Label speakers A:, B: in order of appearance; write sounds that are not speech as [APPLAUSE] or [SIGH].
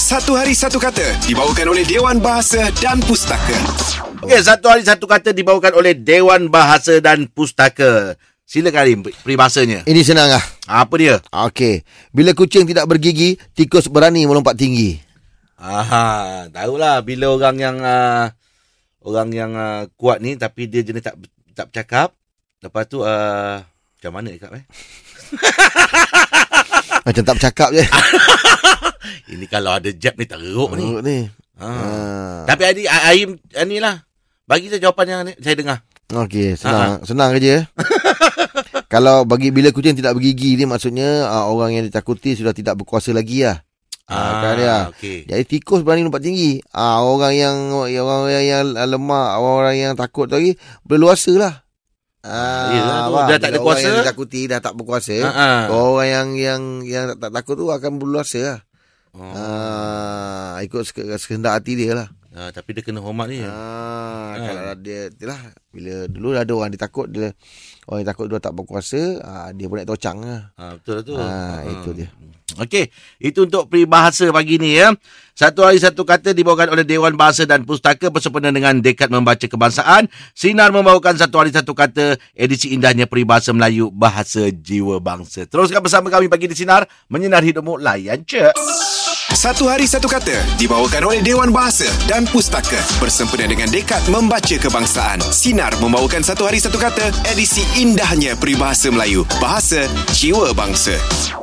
A: Satu Hari Satu Kata dibawakan oleh Dewan Bahasa dan Pustaka.
B: Okey, satu hari satu kata dibawakan oleh Dewan Bahasa dan Pustaka. Silakan Alim, peribahasanya.
C: Ini senang lah.
B: Apa dia?
C: Okey. Bila kucing tidak bergigi, tikus berani melompat tinggi.
B: Aha, tahulah bila orang yang uh, orang yang uh, kuat ni tapi dia jenis tak tak bercakap. Lepas tu uh, macam mana dekat eh? Ah.
C: Macam tak bercakap je.
B: Ini kalau ada jab ni teruk ni.
C: ni.
B: Ha.
C: Ah.
B: Tapi Adi Aim ni lah. Bagi saya jawapan yang ni- saya dengar.
C: Okey,
B: Ah.
C: senang senang
B: [LAUGHS]
C: kerja. eh. Kalau bagi bila kucing tidak bergigi ni maksudnya uh, orang yang ditakuti sudah tidak berkuasa lagi lah. Ah, kan dia.
B: Okey.
C: Jadi tikus berani lompat tinggi. Ah orang yang orang yang, yang lemah, orang yang takut tu lagi berluasa lah. Ah,
B: Yelah tu,
C: faham?
B: dah tak ada
C: Bila Orang
B: kuasa.
C: yang ditakuti dah tak berkuasa.
B: Ha ah.
C: Orang yang yang yang tak, tak takut tu akan berluasa lah.
B: Oh.
C: Ah, ikut seke- sekehendak hati dia lah.
B: Ah, tapi dia kena hormat ni.
C: Ah,
B: Ah.
C: kalau dia itulah bila dulu ada orang dia takut dia orang yang takut dia tak berkuasa, ah, dia pun nak tocang lah.
B: Ha, betul lah tu.
C: Ah, itu dia.
B: Okey, itu untuk peribahasa pagi ni ya. Satu hari satu kata dibawakan oleh Dewan Bahasa dan Pustaka bersempena dengan Dekat Membaca Kebangsaan. Sinar membawakan satu hari satu kata edisi indahnya peribahasa Melayu Bahasa Jiwa Bangsa. Teruskan bersama kami pagi di Sinar, menyinar hidupmu layan cek.
A: Satu Hari Satu Kata dibawakan oleh Dewan Bahasa dan Pustaka bersempena dengan Dekat Membaca Kebangsaan. Sinar membawakan Satu Hari Satu Kata edisi indahnya peribahasa Melayu, bahasa jiwa bangsa.